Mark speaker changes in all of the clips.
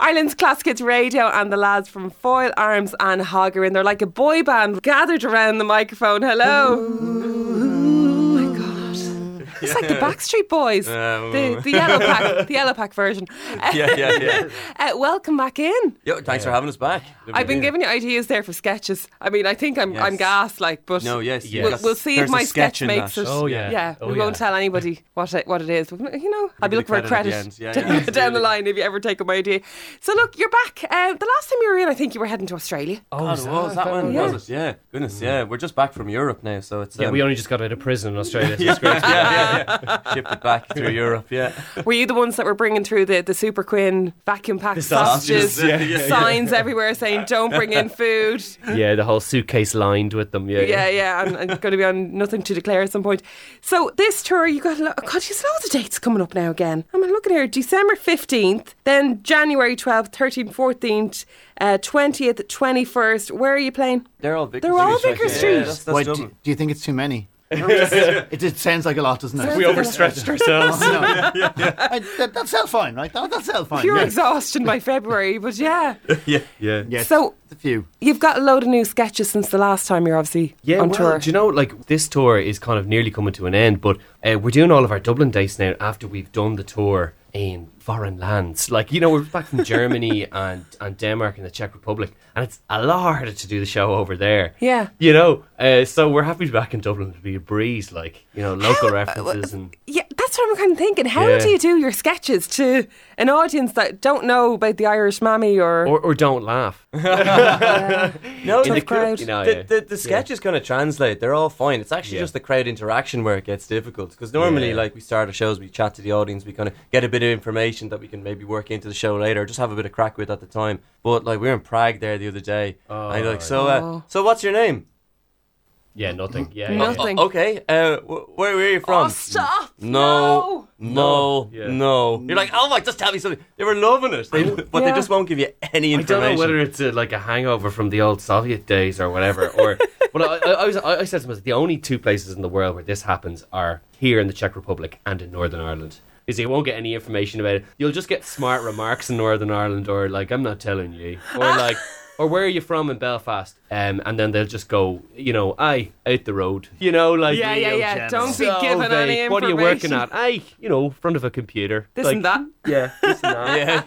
Speaker 1: Ireland's Class Kids Radio and the lads from Foil Arms and Hogger in. They're like a boy band gathered around the microphone. Hello. Oh my God. It's like the Backstreet Boys,
Speaker 2: Um.
Speaker 1: the, the yellow pack, the yellow pack version.
Speaker 2: yeah, yeah, yeah.
Speaker 1: Uh, welcome back in.
Speaker 2: Yo, thanks for having us back.
Speaker 1: I've been giving you ideas there for sketches. I mean, I think I'm I'm
Speaker 2: Yes.
Speaker 1: gas like, but
Speaker 2: No, yes,
Speaker 1: we'll,
Speaker 2: yes.
Speaker 1: we'll see
Speaker 2: There's
Speaker 1: if
Speaker 2: a
Speaker 1: my sketch,
Speaker 2: sketch in
Speaker 1: makes
Speaker 2: that.
Speaker 1: it.
Speaker 3: Oh, yeah.
Speaker 1: yeah.
Speaker 3: Oh,
Speaker 1: we
Speaker 3: yeah.
Speaker 1: won't tell anybody what it, what it is. But, you know, I'll be
Speaker 2: you
Speaker 1: looking for a
Speaker 2: the credit
Speaker 1: credit
Speaker 2: at the end. Yeah, yeah.
Speaker 1: down the line if you ever take up my idea. So look, you're back. Uh, the last time you were in, I think you were heading to Australia.
Speaker 3: Oh,
Speaker 2: God, what was that one?
Speaker 1: Yeah.
Speaker 2: Was it? Yeah. Goodness, yeah. We're just back from Europe now, so it's.
Speaker 3: Yeah,
Speaker 2: um,
Speaker 3: we only just got out of prison in Australia. so
Speaker 2: yeah,
Speaker 3: it's great.
Speaker 2: yeah, yeah, yeah. Shipped it back through Europe, yeah.
Speaker 1: Were you the ones that were bringing through the, the super quin vacuum packed sausages,
Speaker 2: sausages, yeah, yeah, yeah.
Speaker 1: signs everywhere saying don't bring in food?
Speaker 3: Yeah, the whole suitcase lined with them. Yeah,
Speaker 1: Yeah, yeah, and, and going to be on nothing to declare at some point. So this tour, you got a lot. God, you loads of dates coming up now again. I'm looking here: December fifteenth, then January twelfth, thirteenth, fourteenth, uh, twentieth, twenty first. Where are you playing?
Speaker 2: They're all Vicar
Speaker 1: They're all
Speaker 2: Street.
Speaker 1: Vicar
Speaker 2: yeah,
Speaker 1: Street.
Speaker 2: That's, that's
Speaker 4: Why, do,
Speaker 2: Dublin.
Speaker 4: do you think it's too many? it, it sounds like a lot, doesn't it?
Speaker 3: We overstretched ourselves.
Speaker 4: No. I, that, that's all fine, right? That, that's all fine.
Speaker 1: Pure
Speaker 4: yeah.
Speaker 1: exhaustion by February, but yeah.
Speaker 3: yeah.
Speaker 4: Yes,
Speaker 1: So
Speaker 4: the few.
Speaker 1: you've got a load of new sketches since the last time you're obviously
Speaker 3: Yeah,
Speaker 1: on
Speaker 3: well,
Speaker 1: tour.
Speaker 3: do you know, like, this tour is kind of nearly coming to an end, but uh, we're doing all of our Dublin dates now after we've done the tour in foreign lands. Like, you know, we're back from Germany and, and Denmark and the Czech Republic, and it's a lot harder to do the show over there.
Speaker 1: Yeah.
Speaker 3: You know, uh, so we're happy to be back in Dublin. It'll be a breeze, like, you know, local
Speaker 1: How- uh,
Speaker 3: references and.
Speaker 1: yeah, that's what I'm kind of thinking. How
Speaker 3: Yeah.
Speaker 1: do you do your sketches to an audience that don't know about the Irish mammy or,
Speaker 3: Or, or don't laugh.
Speaker 2: No,
Speaker 1: In
Speaker 2: the,
Speaker 1: the crowd.
Speaker 3: You know, Oh, yeah.
Speaker 2: the, the, the sketches kind of translate. They're all fine. It's actually
Speaker 3: Yeah.
Speaker 2: just the crowd interaction where it gets difficult. Because normally,
Speaker 3: Yeah.
Speaker 2: like, we start our shows, we chat to the audience, we kind of get a bit of information that we can maybe work into the show later, just have a bit of crack with at the time. But, like, we were in Prague there the other day. and you're like, so, uh,
Speaker 1: Oh.
Speaker 2: so what's your name?
Speaker 3: Yeah, nothing.
Speaker 1: No.
Speaker 3: Yeah, yeah.
Speaker 1: Nothing.
Speaker 2: O- uh, okay, uh, wh- where, where are you from?
Speaker 1: Oh, stop!
Speaker 2: No, no, no.
Speaker 3: Yeah.
Speaker 2: You're like, oh my, just tell me something. They were loving it, they, but
Speaker 1: Yeah.
Speaker 2: they just won't give you any
Speaker 3: I don't
Speaker 2: information.
Speaker 3: know whether it's uh like a hangover from the old Soviet days or whatever. Or, well, I, I, I, was, I I said to myself, the only two places in the world where this happens are here in the Czech Republic and in Northern Ireland. Is you won't get any information about it. You'll just get smart remarks in Northern Ireland, or like, I'm not telling you, or like, or where are you from in Belfast? Um, and then they'll just go, you know, I out the road, you know, like
Speaker 1: Yeah, yeah,
Speaker 3: real
Speaker 1: yeah.
Speaker 4: general.
Speaker 1: Don't be
Speaker 3: so
Speaker 1: giving any
Speaker 3: vague.
Speaker 1: information.
Speaker 3: What are you working at? I, you know, front of a computer.
Speaker 1: This
Speaker 3: Like,
Speaker 1: and that.
Speaker 3: Yeah, this and that.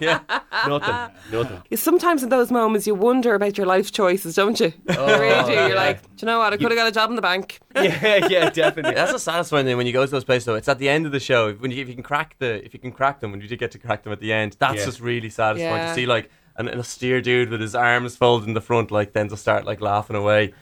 Speaker 2: yeah, yeah.
Speaker 3: nothing, nothing.
Speaker 1: Sometimes in those moments you wonder about your life choices, don't you? you really do. You're
Speaker 3: Oh, yeah.
Speaker 1: like, do you know what? I could have got a job in the bank.
Speaker 3: Yeah, yeah, definitely.
Speaker 2: That's a satisfying thing when you go to those places. Though it's at the end of the show when you, if you can crack the if you can crack them when you do get to crack them at the end. That's
Speaker 3: Yeah.
Speaker 2: just really satisfying
Speaker 1: Yeah.
Speaker 2: to see like an, an austere dude with his arms folded in the front, like then to start like laughing away.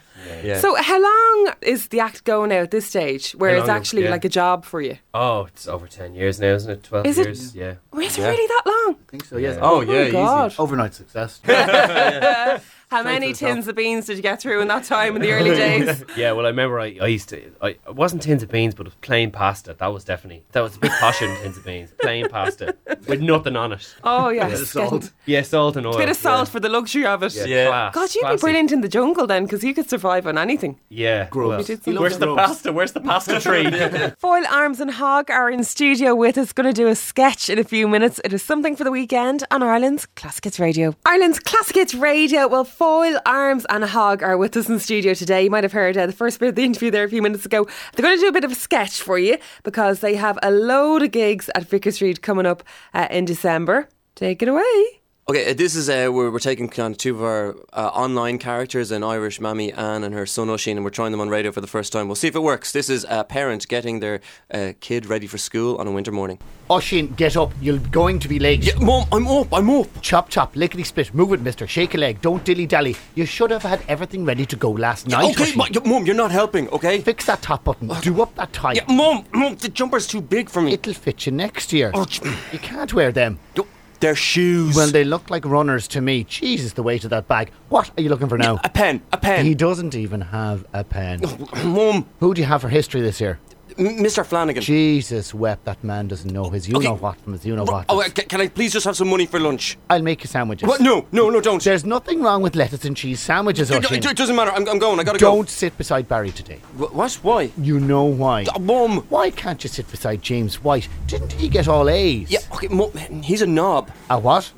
Speaker 2: Yeah.
Speaker 1: So how long is the act going now at this stage, where
Speaker 3: How
Speaker 1: it's
Speaker 3: long?
Speaker 1: actually
Speaker 3: Yeah.
Speaker 1: like a job for you?
Speaker 3: Oh, it's over 10 years now, isn't it? 12
Speaker 1: Is it?
Speaker 3: years? Yeah.
Speaker 1: Is it
Speaker 2: Yeah.
Speaker 1: really that long?
Speaker 4: I think so, yes.
Speaker 2: oh,
Speaker 1: Oh
Speaker 2: yeah,
Speaker 1: my
Speaker 2: easy.
Speaker 1: god!
Speaker 4: Overnight success.
Speaker 1: How many
Speaker 4: to the top.
Speaker 1: tins of beans did you get through in that time in the early days?
Speaker 3: Yeah, well, I remember I, I used to, I, it wasn't tins of beans, but it was plain pasta. That was definitely, that was a bit posher than tins of beans. Plain pasta with nothing on it.
Speaker 1: Oh yeah,
Speaker 4: Bit of
Speaker 1: it's getting-
Speaker 4: salt.
Speaker 3: Yeah, salt and oil.
Speaker 1: Bit of salt for the luxury of it.
Speaker 3: Yeah.
Speaker 2: Yeah.
Speaker 3: class,
Speaker 1: God, you'd be
Speaker 3: classy.
Speaker 1: brilliant in the jungle then, because you could survive on anything.
Speaker 3: Yeah. well,
Speaker 4: Grubs. He loves
Speaker 3: where's the
Speaker 4: grubs.
Speaker 3: pasta? Where's the pasta tree?
Speaker 1: Foil Arms and Hog are in studio with us, going to do a sketch in a few minutes. It is something for the weekend on Ireland's Classic Hits Radio. Ireland's Classic Hits Radio. Well, Foil Arms and Hog are with us in studio today. You might have heard uh, the first bit of the interview there a few minutes ago. They're going to do a bit of a sketch for you because they have a load of gigs at Vicar Street coming up uh, in December. Take it away.
Speaker 5: Okay, uh, this is uh, we're, we're taking kind of two of our uh, online characters, an Irish mammy Anne and her son Oisin, and we're trying them on radio for the first time. We'll see if it works. This is a parent getting their uh, kid ready for school on a winter morning.
Speaker 4: Oshin, get up. You're going to be late.
Speaker 5: Yeah, mom, I'm up. I'm up.
Speaker 4: Chop, chop, lickety split. Move it, mister. Shake a leg. Don't dilly dally. You should have had everything ready to go last night.
Speaker 5: okay,
Speaker 4: Oisin.
Speaker 5: but, yeah, mom, you're not helping. Okay.
Speaker 4: Fix that top button. Do up that tie.
Speaker 5: Yeah, mom, mom, the jumper's too big for me.
Speaker 4: It'll fit you next year.
Speaker 5: Oh, ch-
Speaker 4: You can't wear them.
Speaker 5: Yo, They're shoes.
Speaker 4: Well, they look like runners to me. Jesus, the weight of that bag. What are you looking for now?
Speaker 5: a pen, a
Speaker 4: He
Speaker 5: pen.
Speaker 4: doesn't even have a pen.
Speaker 5: Oh, mom,
Speaker 4: Who do you have for history this year?
Speaker 5: M- Mr. Flanagan.
Speaker 4: Jesus wept, that man doesn't know his you
Speaker 5: Okay.
Speaker 4: know what from his you know what.
Speaker 5: oh, uh, ca- can I please just have some money for lunch?
Speaker 4: I'll make you sandwiches.
Speaker 5: What? No, no, no, don't.
Speaker 4: There's nothing wrong with lettuce and cheese sandwiches,
Speaker 5: It- It,
Speaker 4: Oshin.
Speaker 5: it doesn't matter. I'm, I'm going. I gotta
Speaker 4: Don't sit beside Barry today.
Speaker 5: go. Wh- What? Why?
Speaker 4: You know why.
Speaker 5: Uh, Mom.
Speaker 4: Why can't you sit beside James White? Didn't he get all A's?
Speaker 5: Yeah, okay, mo- he's a knob.
Speaker 4: A what?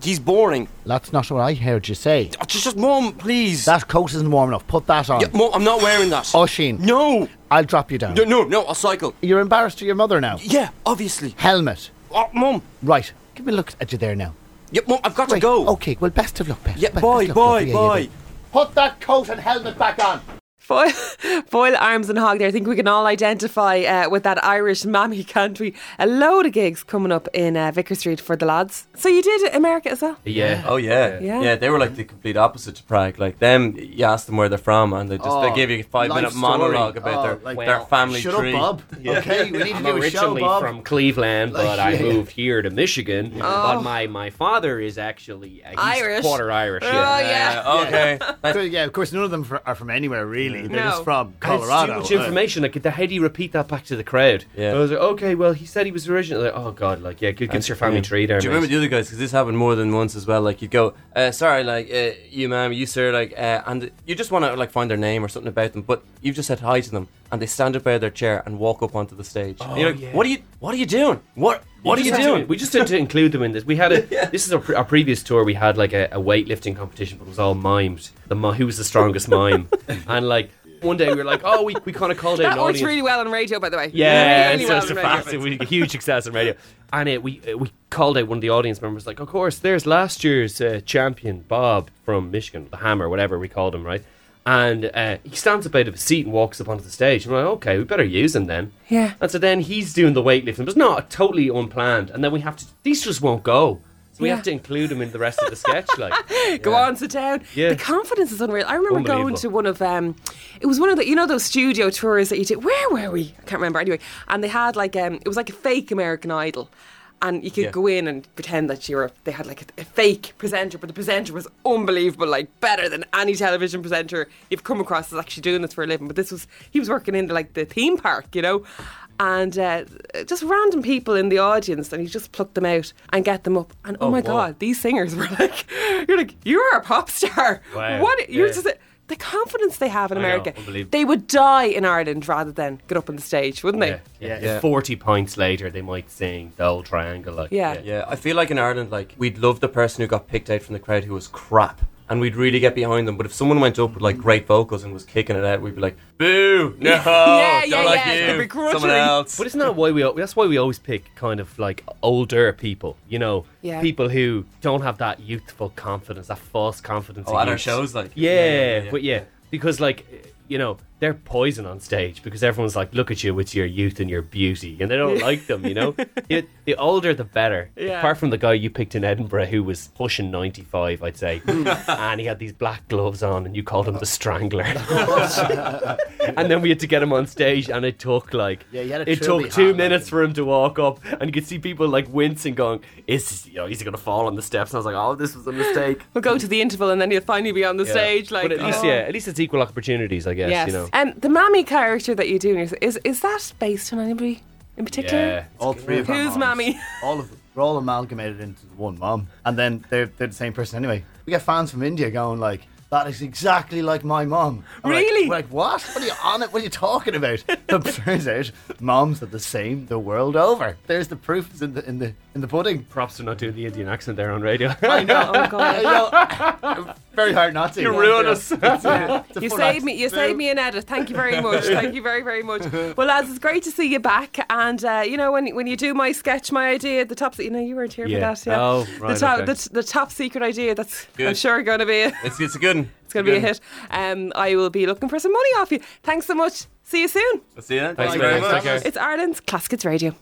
Speaker 5: He's boring.
Speaker 4: That's not what I heard you say.
Speaker 5: Oh, Just, just mom, please.
Speaker 4: That coat isn't warm enough. Put that on.
Speaker 5: Yeah, Mom, I'm not wearing that.
Speaker 4: Oh, Sheen.
Speaker 5: No.
Speaker 4: I'll drop you down.
Speaker 5: No, no, no, I'll cycle.
Speaker 4: You're embarrassed to your mother now.
Speaker 5: Yeah, obviously.
Speaker 4: Helmet.
Speaker 5: Oh, mom.
Speaker 4: Right. Give me a look at you there now.
Speaker 5: Yeah, mom, I've got to
Speaker 4: Right,
Speaker 5: go.
Speaker 4: Okay, well, best of luck, Beth.
Speaker 5: Yeah,
Speaker 4: Be- best
Speaker 5: bye,
Speaker 4: of luck,
Speaker 5: bye,
Speaker 4: love. Yeah, yeah,
Speaker 5: bye.
Speaker 4: yeah. Put that coat and helmet back on.
Speaker 1: Foil, foil arms and hog there. I think we can all identify uh, with that Irish mammy country. A load of gigs coming up in uh, Vicker Street for the lads. So you did America as well?
Speaker 3: Yeah.
Speaker 2: Oh yeah.
Speaker 1: Yeah.
Speaker 2: yeah, They were like the complete opposite to Prague. Like them, you asked them where they're from, and they just they
Speaker 4: Oh,
Speaker 2: give you a five minute
Speaker 4: life
Speaker 2: monologue
Speaker 4: story.
Speaker 2: about
Speaker 4: Oh,
Speaker 2: their
Speaker 4: like,
Speaker 2: their
Speaker 3: well,
Speaker 2: family
Speaker 4: Shut
Speaker 2: tree.
Speaker 4: up, Bob. Okay, we need to
Speaker 3: I'm
Speaker 4: do a show,
Speaker 3: originally
Speaker 4: Bob.
Speaker 3: from Cleveland, but I moved here to Michigan. But my, my father is actually uh, he's
Speaker 1: Oh. Irish.
Speaker 3: quarter Irish.
Speaker 1: Oh,
Speaker 3: yeah.
Speaker 1: yeah.
Speaker 2: Uh, okay.
Speaker 4: So, yeah, of course, none of them fr- are from anywhere really. They're
Speaker 1: No.
Speaker 4: just from
Speaker 3: And it's
Speaker 4: Colorado.
Speaker 3: Too much
Speaker 4: Uh,
Speaker 3: information. Like, how do you repeat that back to the crowd?
Speaker 2: Yeah.
Speaker 3: I was like, okay, well, he said he was originally. Like, oh God, like, yeah, good. Give us your family
Speaker 2: Yeah.
Speaker 3: tree there.
Speaker 2: Do you remember
Speaker 3: mate.
Speaker 2: the other guys? Because this happened more than once as well. Like you'd go, uh, sorry, like uh, you, ma'am, you, sir, like, uh, and you just want to like find their name or something about them, but you've just said hi to them, and they stand up out of their chair and walk up onto the stage.
Speaker 1: Oh.
Speaker 2: And you're like,
Speaker 5: Oh,
Speaker 3: yeah.
Speaker 2: what are you? What are you doing? What? What are
Speaker 3: We
Speaker 2: Oh, you
Speaker 3: just had to-
Speaker 2: doing?
Speaker 3: we just had to include them in this. We had a this is our, pre- our previous tour. We had like a, a weightlifting competition, but it was all mimed. The mi- who was the strongest mime? And like one day we were like, oh, we, we kind of called out
Speaker 1: That
Speaker 3: an
Speaker 1: works
Speaker 3: audience.
Speaker 1: really well on radio, by the way.
Speaker 3: Yeah,
Speaker 1: really
Speaker 3: it's
Speaker 1: well
Speaker 3: such
Speaker 1: on
Speaker 3: a
Speaker 1: radio.
Speaker 3: fast, it was a huge success on radio. And it, we uh, we called out one of the audience members, like, of course, there's last year's uh, champion Bob from Michigan, the Hammer, whatever we called him, right? And uh, he stands up out of his seat and walks up onto the stage. And we're like, okay, we better use him then.
Speaker 1: Yeah.
Speaker 3: And so then he's doing the weightlifting, but it's not totally unplanned. And then we have to, these just won't go. So we
Speaker 1: Yeah.
Speaker 3: have to include him in the rest of the sketch. Like,
Speaker 1: Go on, sit down.
Speaker 3: Yeah.
Speaker 1: The confidence is unreal. I remember going
Speaker 3: Unbelievable.
Speaker 1: to one of um, it was one of the you know those studio tours that you did. Where were we? I can't remember anyway. And they had like um, it was like a fake American Idol. And you could
Speaker 2: Yeah.
Speaker 1: go in and pretend that you were. They had like a, a fake presenter, but the presenter was unbelievable, like better than any television presenter you've come across is actually doing this for a living. But this was he was working in like the theme park, you know, and uh, just random people in the audience, and he just plucked them out and get them up. And oh,
Speaker 2: Oh,
Speaker 1: my
Speaker 2: wow.
Speaker 1: god, these singers were like, you're like, you're a pop star.
Speaker 3: Wow,
Speaker 1: What you're
Speaker 3: yeah.
Speaker 1: just the confidence they have in
Speaker 3: know,
Speaker 1: America.
Speaker 3: unbelievable.
Speaker 1: they would die in Ireland rather than get up on the stage, wouldn't they?
Speaker 3: yeah, yeah.
Speaker 2: Yeah.
Speaker 3: 40 points later, they might sing the old triangle. Like,
Speaker 1: Yeah.
Speaker 2: Yeah, I feel like in Ireland, like we'd love the person who got picked out from the crowd who was crap, and we'd really get behind them. But if someone went up with like great vocals and was kicking it out, we'd be like, "Boo! No,
Speaker 1: yeah,
Speaker 2: don't
Speaker 1: yeah,
Speaker 2: like
Speaker 1: yeah,
Speaker 2: you.
Speaker 1: begrudgingly.
Speaker 2: Someone else."
Speaker 3: But isn't that why we? al- That's why we always pick kind of like older people, you know,
Speaker 1: Yeah.
Speaker 3: people who don't have that youthful confidence, that false confidence.
Speaker 2: Oh,
Speaker 3: in
Speaker 2: at our
Speaker 3: youth.
Speaker 2: shows, like
Speaker 3: Yeah, but yeah, because like you know they're poison on stage because everyone's like, look at you with your youth and your beauty, and they don't like them, you know. Yet the older, the better.
Speaker 1: Yeah.
Speaker 3: Apart from the guy you picked in Edinburgh who was pushing ninety five, I'd say, and he had these black gloves on, and you called him the Strangler. and then we had to get him on stage, and it took like
Speaker 4: Yeah, you had a
Speaker 3: it
Speaker 4: trilby
Speaker 3: took two
Speaker 4: hat, like-
Speaker 3: minutes for him to walk up, and you could see people like wincing, going, "Is you know, is he gonna fall on the steps?" And I was like, "Oh, this was a mistake."
Speaker 1: We'll go to the interval and then you'll finally be on the stage. Like,
Speaker 3: but at least,
Speaker 1: oh.
Speaker 3: yeah, at least it's equal opportunities, I guess.
Speaker 1: Yes.
Speaker 3: You know.
Speaker 1: Um, the mammy character that you do in your- is is that based on anybody in particular?
Speaker 3: Yeah.
Speaker 4: All three of our
Speaker 1: Who's
Speaker 4: moms.
Speaker 1: mommy?
Speaker 4: All of them. We're all amalgamated into one mom, and then they're they're the same person anyway. We get fans from India going like, "That is exactly like my mom." And we're like-
Speaker 1: Really?
Speaker 4: we're like, what? What are you on it? What are you talking about? But turns out, moms are the same the world over. There's the proof is in the in the in the pudding.
Speaker 3: Props for not doing the Indian accent there on radio.
Speaker 4: I know.
Speaker 1: Oh god.
Speaker 4: You know, very hard not to.
Speaker 3: You ruined us.
Speaker 4: It's a- it's a
Speaker 1: You
Speaker 4: fun
Speaker 1: saved me. You
Speaker 4: act.
Speaker 1: saved me an edit. Thank you very much. Thank you very very much. Well, lads, it's great to see you back. And uh, you know, when when you do my sketch, my idea, the top. se- You know, you weren't here
Speaker 3: Yeah.
Speaker 1: for that. Yeah.
Speaker 3: Oh,
Speaker 1: the
Speaker 3: right,
Speaker 1: top,
Speaker 3: okay.
Speaker 1: the, the top secret idea. That's I'm
Speaker 2: Good.
Speaker 1: sure going to be a,
Speaker 2: it's it's a good.
Speaker 1: it's going to be a hit. Um, I will be looking for some money off you. Thanks so much. See you soon.
Speaker 2: See you. then.
Speaker 3: Thanks
Speaker 2: Thank you very
Speaker 3: very much.
Speaker 2: much.
Speaker 3: Take care.
Speaker 1: It's Ireland's Classic Hits Radio.